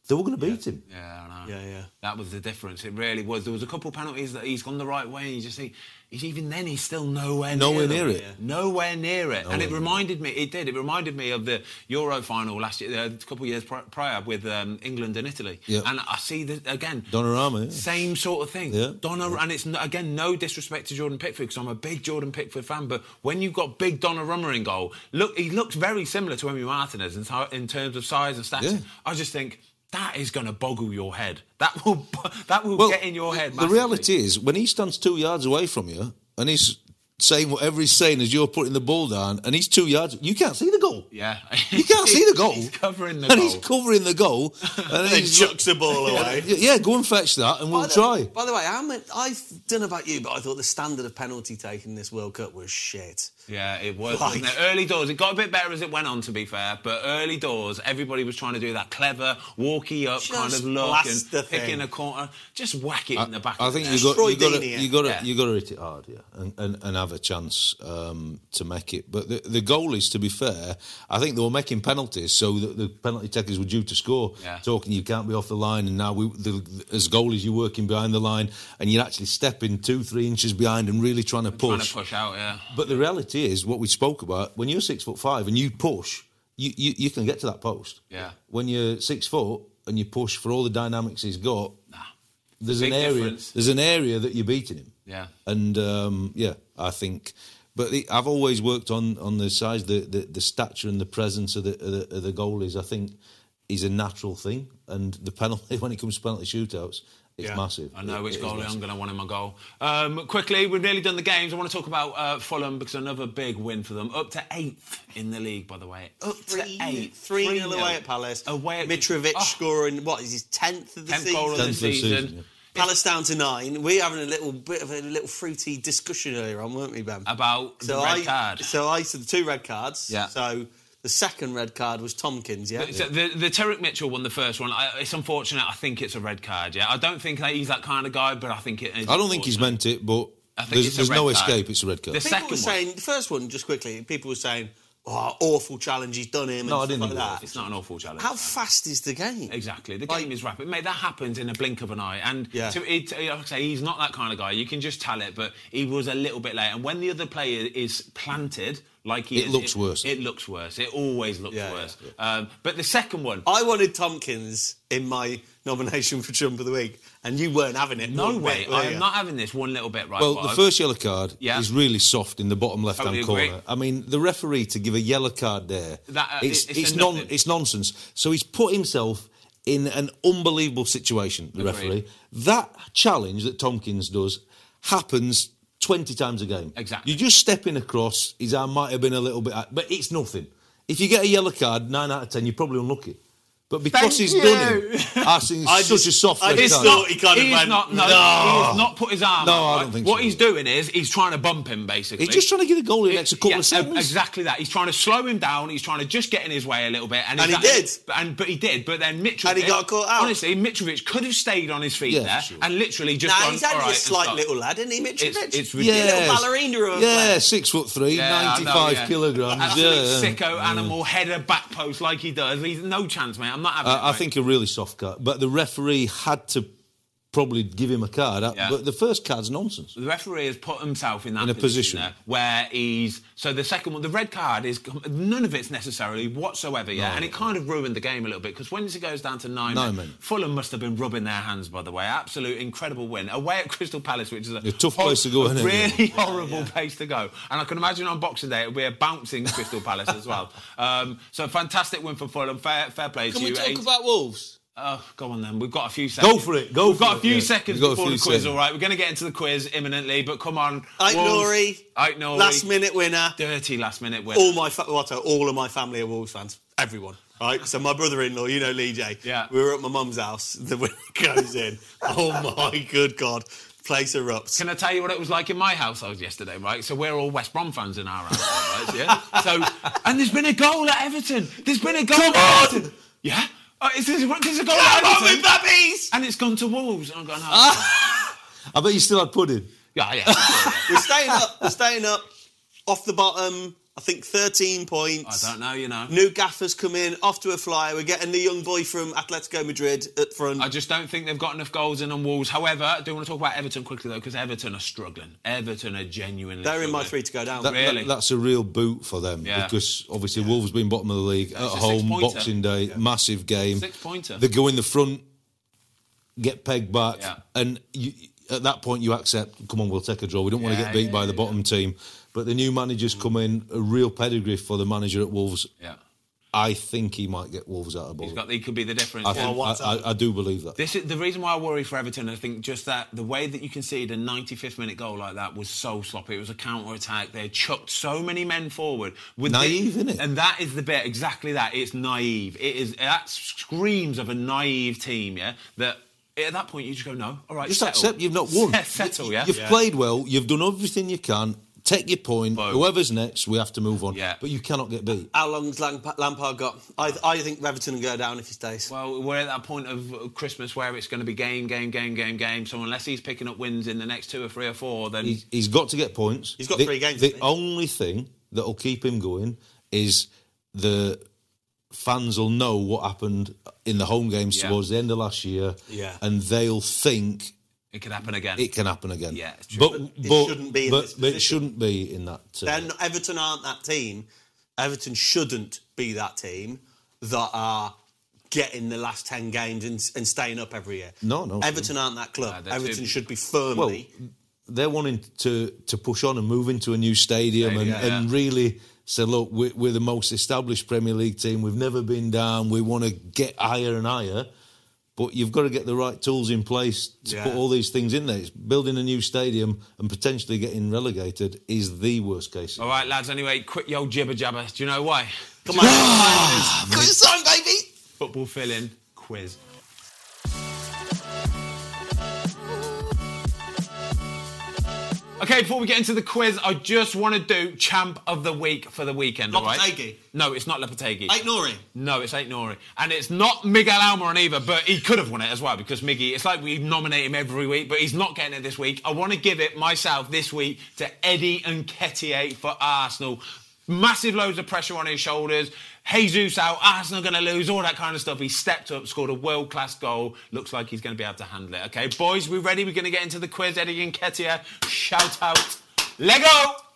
S2: they were going to beat him.
S1: Yeah, I know.
S4: Yeah, yeah.
S1: That was the difference. It really was. There was a couple of penalties that he's gone the right way, and you just think he's even then he's still nowhere
S2: Nowhere
S1: near,
S2: near
S1: them.
S2: it. Yeah.
S1: Nowhere near it. and it reminded me. It did. It reminded me of the Euro final last year, uh, a couple of years pri- prior with um, England and Italy.
S2: Yeah.
S1: And I see that again.
S2: Donnarumma, yeah.
S1: Same sort of thing.
S2: Yeah.
S1: Donnarumma, Oh, and it's n- again no disrespect to Jordan Pickford because I'm a big Jordan Pickford fan, but when you've got big Donnarumma in goal, look, he looks very similar to Emi Martinez in, ti- in terms of size and stature.
S2: Yeah.
S1: I just think that is going to boggle your head. That will bo- that will get in your head.
S2: The reality is, when he stands two yards away from you and he's saying whatever he's saying as you're putting the ball down, and he's two yards, you can't see the goal.
S1: yeah,
S2: You can't see the goal.
S1: He's covering the
S2: and
S1: goal.
S2: he's covering the goal. And
S4: He
S2: he's
S4: chucks the ball away.
S2: Yeah, go and fetch that, and we'll
S4: By the-
S2: try.
S4: By the way, I, meant, I don't know about you, but I thought the standard of penalty taking in this World Cup was shit.
S1: yeah, it was.
S4: Like-
S1: wasn't it? Early doors, it got a bit better as it went on. To be fair, but early doors, everybody was trying to do that clever walkie up kind of
S4: Just
S1: look and
S4: blast the
S1: picking
S4: thing.
S1: a corner, just whack it in the back.
S2: I
S1: of
S2: think
S1: the
S2: you
S1: net.
S2: got
S4: Troy
S2: you got to
S4: Deeney,
S2: you got to
S1: yeah.
S2: you got to hit it hard, yeah, and, and, and have a chance um, to make it. But the, the goalies, to be fair, I think they were making penalties, so the, the penalty takers were due to score.
S1: Yeah.
S2: Talking, you can't be off the line, and now we, the, as goalies, you're working behind the line, and you're actually stepping two, three inches behind, and really trying to
S1: trying
S2: push.
S1: to push out. Yeah.
S2: But the reality is, what we spoke about, when you're six foot five and you push, you, you, you can get to that post.
S1: Yeah.
S2: When you're six foot and you push for all the dynamics he's got, there's
S1: Big
S2: an area.
S1: difference.
S2: There's an area that you're beating him.
S1: Yeah.
S2: And um, yeah, I think. But the, I've always worked on on the size, the, the, the stature, and the presence of the, of the of the goalies. I think is a natural thing, and the penalty when it comes to penalty shootouts, it's
S4: Yeah.
S2: massive.
S1: I know
S2: It-
S1: which
S2: it is
S1: goalie
S2: massive.
S1: I'm going to want in my goal. Um, quickly, we've nearly done the games. I want to talk about uh, Fulham because another big win for them. Up to eighth in the league, by the way. Up
S4: Three,
S1: to eighth.
S4: three nil
S1: nil.
S4: away at Palace.
S1: Away at
S4: Mitrovic
S1: Oh,
S4: scoring what is his tenth of the
S1: tenth
S4: season.
S1: goal of the
S2: Tenth of the
S1: season.
S2: season, yeah.
S4: Palace down to nine. We're having a little bit of a little fruity discussion earlier on, weren't we, Ben?
S1: About the red
S4: I,
S1: card.
S4: So I said the two red cards.
S1: Yeah.
S4: So the second red card was Tompkins. Yeah.
S1: So the, the Tarek Mitchell won the first one. I, it's unfortunate. I think it's a red card. Yeah, I don't think that he's that kind of guy, but I think it. Is
S2: I don't think he's
S1: unfortunate.
S2: meant it, but
S1: I think
S2: there's,
S1: it's a
S2: there's
S1: red
S2: no
S1: card.
S2: escape. It's a red card.
S1: The
S4: people
S1: second
S4: were
S1: one.
S4: saying the first one just quickly. People were saying, "Oh, awful challenge he's done him."
S2: No, I
S4: and
S2: didn't
S4: stuff
S2: think
S4: like
S2: it was.
S4: that.
S1: It's not an awful challenge.
S4: How fast is the game?
S1: Exactly. The
S4: Like-
S1: game is rapid. Mate, that happens in a blink of an eye. And
S4: Yeah.
S1: to, it, like I say, he's not that kind of guy. You can just tell it, but he was a little bit late. And when the other player is planted, like he
S2: It
S1: is,
S2: looks worse.
S1: It looks worse. It always looks
S4: Yeah,
S1: worse. Um, but the second one,
S4: I wanted Tompkins in my nomination for Trump of the Week, and you weren't having it.
S1: no
S4: one
S1: way.
S4: bit, were
S1: I am
S4: you?
S1: not having this one little bit right.
S2: Well,
S1: but
S2: the
S1: I-
S2: first yellow card
S1: Yeah.
S2: is really soft in the bottom left-hand
S1: Totally agree.
S2: corner. I mean, the referee to give a yellow card there,
S1: That, uh,
S2: it's,
S1: it's
S2: it's,
S1: a
S2: non,
S1: nothing.
S2: it's nonsense. So he's put himself in an unbelievable situation, the
S1: Agreed.
S2: referee. That challenge that Tompkins does happens 20 times a game.
S1: Exactly.
S2: You just step in across, his arm might have been a little bit, out, but it's nothing. If you get a yellow card, 9 out of 10, you're probably unlucky. But because
S1: Thank
S2: he's done
S1: you.
S2: it, I think it's
S4: I
S2: such
S4: just-
S2: a soft
S4: I
S2: red
S4: just
S2: card.
S4: thought he kind of
S1: He's
S4: went,
S1: not. No,
S4: "No."
S1: he has not put his arm.
S2: No,
S1: out,
S2: I
S1: right?
S2: don't think
S1: What
S2: so.
S1: he's doing is he's trying to bump him basically.
S2: He's just trying to give the goalie an extra couple
S1: Yeah,
S2: of seconds.
S1: e- Exactly that. He's trying to slow him down. He's trying to just get in his way a little bit, and,
S4: And he
S1: exactly-
S4: did.
S1: But, and but he did. But then Mitrovic
S4: And he got caught out.
S1: Honestly, Mitrovic could have stayed on his feet
S2: Yeah,
S1: there
S2: sure.
S1: and literally just.
S4: Nah,
S1: gone,
S4: he's only
S1: "All right,"
S4: a
S1: and
S4: slight
S1: stopped.
S4: little lad, isn't he, Mitrovic?
S1: It's- it's
S2: Yeah,
S1: ridiculous.
S4: Little ballerina of a
S2: Yeah,
S4: player.
S2: six foot three,
S1: Yeah, I know,
S2: 95
S1: yeah.
S2: kilograms.
S1: Absolute
S2: Yeah.
S1: sicko animal header back post like he does. He's no chance, mate. I'm not having.
S2: Uh,
S1: it,
S2: I
S1: mate.
S2: think a really soft card, but the referee had to probably give him a card. Uh,
S1: Yeah.
S2: But the first card's nonsense.
S1: the referee has put himself in that
S2: In a position.
S1: there where he's so the second one the red card is none of it's necessarily whatsoever yeah and it kind of ruined the game a little bit because once it goes down to nine,
S2: Nine men.
S1: Fulham must have been rubbing their hands by the way absolute incredible win away at Crystal Palace which is a,
S2: A tough place to go,
S1: a
S2: isn't it?
S1: really horrible place to go and I can imagine on Boxing Day it'll be a bouncing Crystal Palace as well um, so fantastic win for Fulham fair, fair play
S4: Can
S1: to
S4: we
S1: you
S4: talk
S1: Eight-
S4: about Wolves?
S1: Oh, go on then. We've got a few seconds.
S2: for it, go
S1: We've
S2: for
S1: got a
S2: it,
S1: few
S2: yeah.
S1: seconds
S2: We've got a
S1: before
S2: few
S1: the quiz,
S2: seconds.
S1: all right? We're going to get into the quiz imminently, but come on.
S4: Ike
S1: Wolves.
S4: Nori.
S1: Ike Nori.
S4: Last minute winner.
S1: Dirty last minute win.
S2: Oh.
S4: All my fa- what, uh, all of my family are Wolves fans. Everyone. Right? So my brother-in-law, you know Lee J.
S1: Yeah.
S4: We were at my mum's house. The winner goes in. oh my good God. Place erupts.
S1: Can I tell you what it was like in my household yesterday, right? So we're all West Brom fans in our household, right? Yeah? So, and there's been a goal at Everton. There's been a goal at
S4: on!
S1: Everton. Yeah? Oh, is this, there's a goal at
S4: Come on
S1: Everton.
S4: with puppies!
S1: and it's gone to Wolves. And I'm going, oh,
S2: Ah. I bet you still had pudding.
S1: yeah, yeah.
S4: We're staying up. We're staying up. Off the bottom. I think 13
S1: I
S4: points.
S1: don't know, you know.
S4: New gaffers come in. Off to a flyer. We're getting the young boy from Atletico Madrid at front.
S1: I just don't think they've got enough goals in on Wolves. However, I do want to talk about Everton quickly though, because Everton are struggling. Everton are genuinely.
S4: They're in my three
S1: struggling.
S4: to go down.
S2: That,
S1: Really?
S2: that- that's a real boot for them
S1: Yeah.
S2: because obviously Wolves been bottom of the league at
S1: a
S2: home,
S1: six-pointer.
S2: Boxing Day, massive game.
S1: Six-pointer.
S2: They go in the front, get pegged back,
S1: Yeah.
S2: and you, at that point you accept. Come on, we'll take a draw. We don't want to
S1: Yeah,
S2: get beat
S1: yeah,
S2: by
S1: yeah,
S2: the
S1: Mm.
S2: bottom team. But the new manager's come in, a real pedigree for the manager at Wolves.
S1: Yeah,
S2: I think he might get Wolves out of
S1: he's
S2: ball.
S1: got. He could be the difference.
S2: I,
S1: Yeah.
S2: think, I, I, I do believe that.
S1: This is the reason why I worry for Everton. I think just that the way that you conceded a 95th minute goal like that was so sloppy. It was a counter attack. They chucked so many men forward. With
S2: Naive,
S1: the,
S2: innit?
S1: And that is the bit. Exactly that. It's naive. It is. That screams of a naive team. Yeah. That at that point you just go no. All right.
S2: Just
S1: settle.
S2: accept you've not won.
S1: settle. oh, Yeah.
S2: You've played well. You've done everything you can. Take your point.
S1: Boom.
S2: Whoever's next, we have to move on.
S1: Yeah.
S2: But you cannot get beat.
S4: How long's Lamp- Lampard got? I, I think Everton will go down if he stays.
S1: Well, we're at that point of Christmas where it's going to be game, game, game, game, game. So unless he's picking up wins in the next two or three or four, then
S2: He's, he's got to get points.
S4: He's got
S2: the,
S4: three games,
S2: The
S4: hasn't he?
S2: only thing that'll keep him going is the fans will know what happened in the home games
S1: Yeah.
S2: towards the end of last year,
S4: Yeah.
S2: and they'll think
S1: it could happen again.
S2: it can happen again.
S1: Yeah, it's true.
S2: but
S1: But
S4: it
S2: but-
S4: shouldn't be in
S2: but-
S4: this
S2: but it
S4: position.
S2: shouldn't be in that. uh,
S4: They're not- Everton aren't that team. Everton shouldn't be that team that are getting the last 10 games and, and staying up every year.
S2: No, no,
S4: Everton aren't that club.
S1: they're
S4: Everton
S1: too-
S4: should be firmly.
S2: they're wanting to to push on and move into a new stadium, and,
S1: Stadium, yeah.
S2: and really say, look, we're, we're the most established Premier League team. We've never been down. We want to get higher and higher. But you've got to get the right tools in place to
S4: Yeah.
S2: put all these things in there. It's building a new stadium and potentially getting relegated is the worst case.
S1: All right, lads. Anyway, quit your jibber jabber. Do you know why?
S4: Come on,
S2: Ah,
S4: Come on, baby!
S1: Football fill-in quiz. Okay, before we get into the quiz, I just want to do champ of the week for the weekend. all right?
S4: Lopetegui.
S1: No, it's not Lepetegi.
S4: Ignore him.
S1: No, it's ain't Nori. And it's not Miguel Almiron either, but he could have won it as well because Miggy, it's like we nominate him every week, but he's not getting it this week. I want to give it myself this week to Eddie Nketiah for Arsenal. Massive loads of pressure on his shoulders. Jesus out, Arsenal going to lose, all that kind of stuff. He stepped up, scored a world class goal. Looks like he's going to be able to handle it. Okay, boys, we ready? We're going to get into the quiz. Eddie Nketiah, shout out. Lego!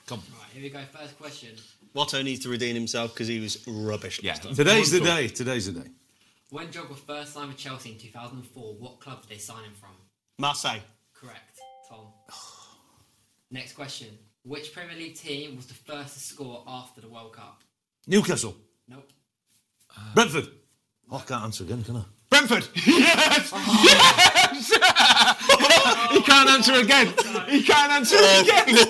S1: Come
S5: Right, here we go. First question.
S4: Watto needs to redeem himself because he was rubbish
S1: Yeah.
S4: last time.
S2: Today's the day. Today's the day.
S5: When Jog was first signed with Chelsea in 2004, what club did they sign him from?
S4: Marseille.
S5: Correct, Tom. Next question. Which Premier League team was the first to score after the World Cup?
S2: Newcastle.
S5: Nope.
S2: Brentford. Oh, I can't answer again, can I?
S1: Brentford. Yes.
S2: Oh.
S1: Yes. he can't answer again. He can't answer again.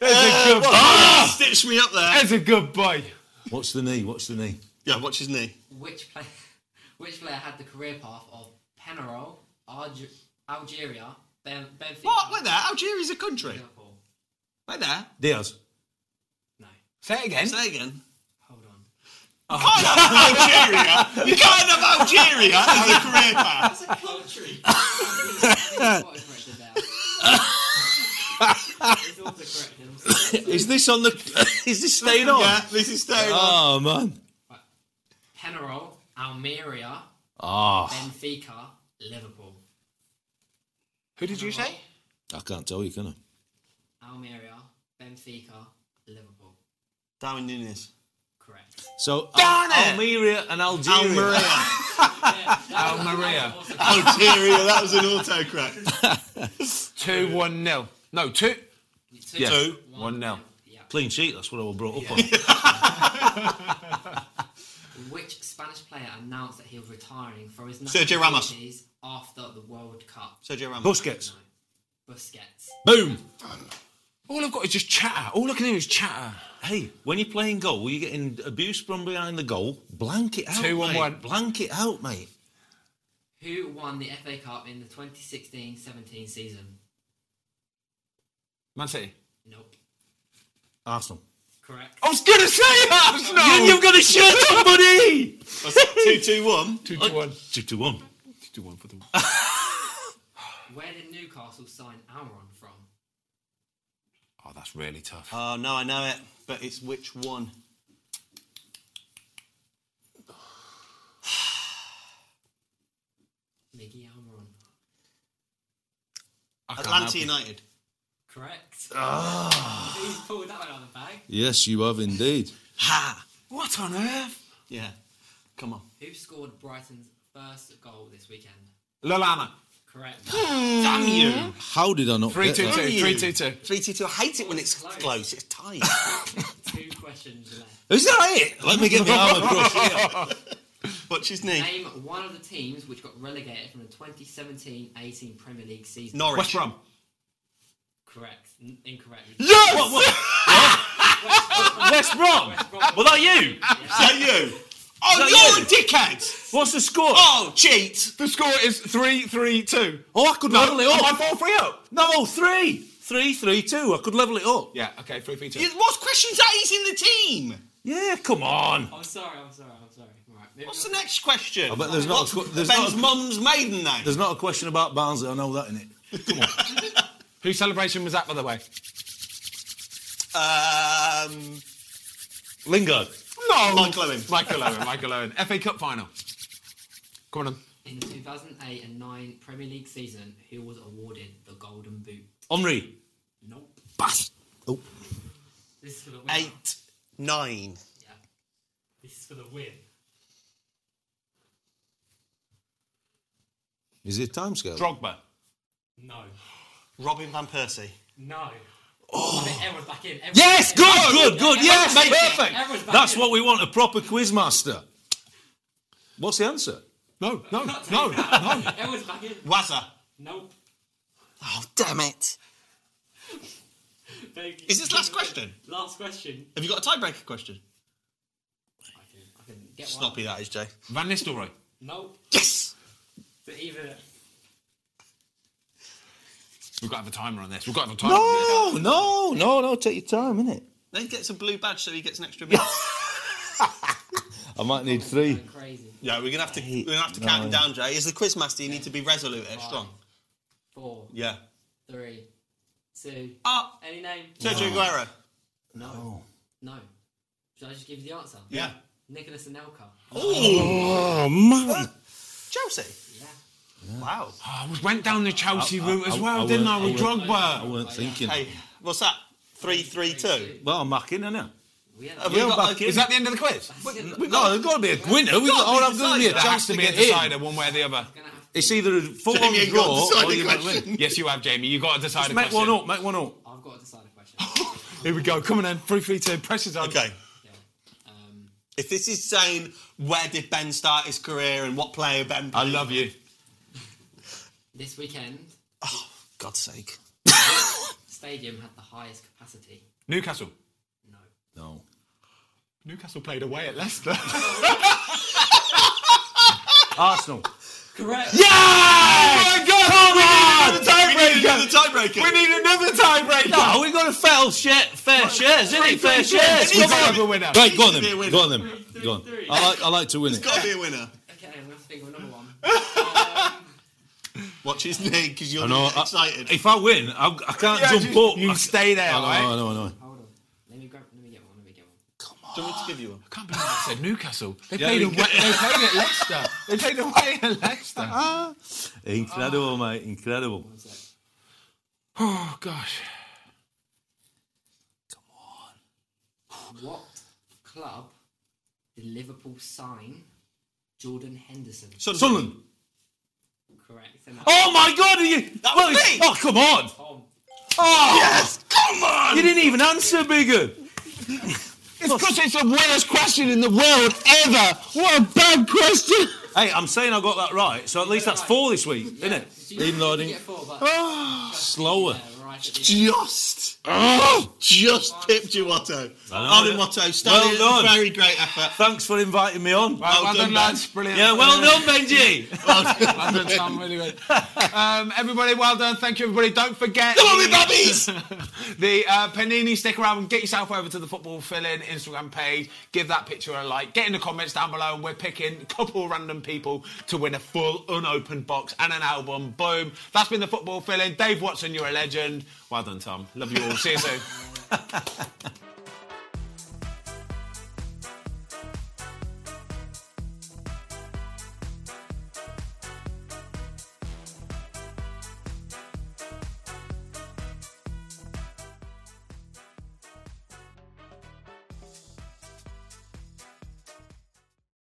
S1: There's a good boy.
S4: Stitch me up there.
S1: There's a good boy.
S2: What's the knee? What's the knee?
S4: Yeah, watch his knee.
S5: Which player, which player had the career path of Penarol, Alge- Algeria, ben- Benfica?
S4: What? Wait there. Algeria's a country.
S5: Liverpool.
S4: Wait there.
S2: Diaz.
S5: No.
S1: Say it again.
S4: Say again.
S5: Hold on.
S4: Can't have Algeria. You can't have Algeria as a career path.
S5: That's a country. it's all corrected. I'm sorry.
S2: Is this on the? is this staying on?
S4: Yeah, this is staying on.
S2: Oh man.
S5: Penarol, Almeria,
S2: Ah,
S5: Benfica, Liverpool.
S1: Who did you say?
S2: I can't tell you, can I?
S5: Almeria, Benfica, Liverpool.
S6: Darwin Nunes.
S5: Correct.
S2: So
S1: Darn it!
S2: Almeria and Algeria.
S1: Almeria.
S4: Algeria, that was an autocorrect.
S1: Two one nil. No two.
S5: Two.
S2: Two.
S1: One nil.
S5: Yeah.
S2: Clean sheet. That's what I was brought up on.
S5: Which Spanish player announced that he was retiring for his
S4: Sergio Ramos.
S5: nationalities after the World Cup?
S4: Sergio Ramos.
S2: Busquets.
S5: Busquets.
S2: Boom.
S1: All I've got is just chatter. All I can hear is chatter.
S2: Hey, when you're playing goal, you're getting abuse from behind the goal. Blank it out,
S1: Two, one,
S2: mate.
S1: one.
S2: Blank it out, mate.
S5: Who won the FA Cup in the 2016-17 season?
S1: Man City. Oh,
S5: Nope.
S2: Arsenal.
S5: Correct.
S1: I was gonna say Arsenal.
S2: You've got to shoot somebody.
S4: What's that, Two, two, one.
S1: two to one.
S2: Two to one.
S1: Two to one for the.
S5: Where did Newcastle sign Almiron from?
S1: Oh, that's really tough.
S6: Oh, no, I know it, but it's which one?
S5: Miggy Almiron.
S1: I can't help
S4: Atlanta
S1: you.
S4: United.
S5: Correct.
S4: Ah.
S5: Who's pulled that one out of the bag?
S2: Yes, you have indeed.
S4: Ha!
S1: What on earth?
S4: Yeah. Come on.
S5: Who scored Brighton's first goal this weekend?
S1: Lalana.
S5: Correct.
S4: Damn you.
S2: How did I not
S1: Three
S2: get
S1: two
S2: that?
S1: two.
S4: you?
S1: Three two two.
S4: 3 2 2. I hate it when it's
S5: Close.
S4: close. It's tight.
S5: Two questions left.
S2: Is that it? Let me get my arm across here.
S4: Watch his knee.
S5: Name one of the teams which got relegated from the 2017-18 Premier League season.
S4: Norwich.
S1: West Brom.
S5: Correct. N- incorrect.
S1: Yes.
S2: West Brom. Was that you?
S4: Is that you? Oh,
S2: that
S4: you're
S2: you?
S4: a dickhead!
S2: What's the score?
S4: Oh, cheat!
S1: The score is three three two.
S2: Oh, I could level it
S1: Am I
S2: up.
S1: four three up.
S2: No, three. Three, three, two. I could level it up.
S1: Yeah. Okay. Three three two.
S4: You- What question's that? He's in the team!
S2: Yeah, come on.
S5: I'm Oh, sorry, I'm sorry, I'm sorry. Right, maybe
S4: What's
S5: I'll-
S4: the next question?
S2: I bet there's not a qu- there's not
S4: Ben's
S2: a-
S4: mum's maiden name.
S2: There's not a question about Barnsley. I know that in it.
S1: Whose celebration was that, by the way?
S4: Um,
S2: Lingard.
S1: No.
S4: Michael Owen.
S1: Michael Owen. Michael Owen. FA Cup final. Come on. then.
S5: In the 2008 and 9 Premier League season, who was awarded the Golden Boot?
S2: Henri.
S5: Nope.
S2: Bas. Oh.
S5: This is for the win.
S4: eight, nine.
S5: Yeah. This is for the win.
S2: Is it time scale?
S1: Drogba.
S5: No.
S4: Robin Van Persie.
S5: No. Oh. Everyone's back in. Everyone's
S2: Yes,
S5: back in.
S2: good, good, good. Yes,
S5: Everyone's back in. Everyone's
S2: perfect.
S5: back
S2: That's
S5: in.
S2: what we want, a proper quiz master. What's the answer?
S1: No. No. No. No.
S5: Everyone's back in.
S4: Wazza.
S5: Nope.
S4: Oh, damn it.
S5: Thank you.
S4: Is this last question?
S5: Last question.
S4: Have you got a tiebreaker question?
S5: I can, I can get one.
S4: Sloppy that is, Jay.
S1: Van Nistelrooy.
S5: Nope.
S4: Yes!
S5: So either
S1: We've got to have a timer on this. We've got to have a timer. on this.
S2: No, Oh, no, no, no. Take your time, innit?
S4: Then he gets a blue badge so he gets an extra minute.
S2: I might need three.
S5: going crazy.
S4: yeah, we're gonna have to we're
S2: hate-
S4: gonna have to
S2: no.
S4: count him down, Jay. As the quiz master, you need to be resolute and strong.
S5: Four,
S4: Yeah.
S5: three, two.
S4: Ah,
S5: Any name?
S4: Sergio Aguero.
S5: No. No. Should I just give you the answer?
S4: Oh. Yeah.
S5: Nicholas Anelka.
S2: Oh man.
S4: Chelsea.
S5: Yeah.
S4: Wow.
S1: Oh, we went down the Chelsea
S2: I-
S1: route as
S2: I-
S1: well,
S2: I
S1: didn't I?
S2: won't-
S1: With
S2: I won't- I
S1: Drogba.
S2: weren't thinking.
S4: Hey, what's that? Three, three, two.
S5: two.
S2: Well, I'm back in, innit?
S5: We had
S4: Have we got-
S2: back in.
S1: Is that the end of the quiz?
S2: No, there's got to be a winner. We've got,
S4: Gotta
S2: oh,
S4: be
S2: there's got to be a
S1: There
S4: decided.
S1: has
S2: chance
S1: to be a
S2: get in.
S1: decider, one way or the other.
S5: gonna have to,
S2: It's either a full-on
S4: Jamie, you
S2: draw
S4: got to decide
S2: or
S4: the
S2: you might
S4: question.
S2: win.
S1: Yes, you have, Jamie. You've got to decide a
S2: Make
S1: question.
S2: one up. Make one up.
S5: I've got to decide a question.
S1: Here we go. Come on then. Three, three, two. Pressure's on.
S4: Okay.
S5: yeah. Um,
S4: If this is saying where did Ben start his career and what player Ben,
S1: I love you.
S5: This weekend,
S4: God's sake,
S5: stadium had the highest capacity.
S1: Newcastle.
S5: No.
S2: No.
S1: Newcastle played away at Leicester.
S2: Arsenal.
S5: Correct.
S1: Yeah! Oh my God!
S4: on!
S1: we need another tiebreaker.
S4: another tiebreaker.
S1: We need another tiebreaker.
S7: Oh, we got a fair share, fair shares, isn't it? Fair shares.
S1: We've
S7: Come
S1: got
S7: on.
S1: to have a winner.
S2: Right, go on
S4: Easy to be a winner.
S2: then. Go on then. Go on.
S5: Three, three.
S2: I like, I like to win it.
S4: gotta be a winner.
S5: Okay, I'm going to think of another one. um,
S4: Watch his name because you're
S2: I know,
S4: gonna get excited.
S2: If I win, I, I can't
S1: Yeah,
S2: jump
S1: you-
S2: up.
S1: you
S2: I-
S1: stay there,
S2: I know,
S1: right?
S2: I know, I know.
S5: hold on. Let me grab. Let me get one. Let me get one.
S4: Do you want me to give you one?
S1: I can't believe I said Newcastle. They
S2: Yeah,
S1: played
S2: we-
S1: away. they played at Leicester. They played away at Leicester.
S2: Incredible, mate. Incredible.
S1: Oh gosh.
S5: What club did Liverpool sign Jordan Henderson?
S2: Sunderland.
S5: Correct.
S7: Oh my God! Are you?
S4: That
S7: well,
S4: was
S7: it's-
S4: me.
S7: Oh come on! Oh.
S5: Tom.
S4: Yes, come on.
S7: You didn't even answer, bigger.
S1: It's because it's the worst question in the world ever. What a bad question.
S7: Hey, I'm saying I got that right, so at least that's four this week, isn't it? Oh.
S5: Did you-
S2: Even though I
S5: did you
S2: didn't- Oh,
S5: get four, but
S2: Slower.
S5: yeah, right at the end.
S4: Just, oh, just tipped you, Watto.
S7: I know,
S4: Ollie
S7: yeah.
S4: Watto, standing
S7: Well
S4: well
S7: done.
S4: very great effort. Uh,
S7: Thanks for inviting me on.
S1: Well,
S4: Well
S1: done,
S4: done,
S1: lads. Brilliant.
S7: Yeah, well done, Benji.
S1: Well done, Tom. Really good. Um, everybody, well done. Thank you, everybody. Don't forget.
S4: Come on,
S1: the-
S4: me babbies.
S1: the uh, Panini stick around and get yourself over to the Football Fill In Instagram page. Give that picture a like. Get in the comments down below, and we're picking a couple random people to win a full unopened box and an album. Boom. That's been the Football Fill In. Dave Watson, you're a legend. Well done, Tom. Love you all. See you soon.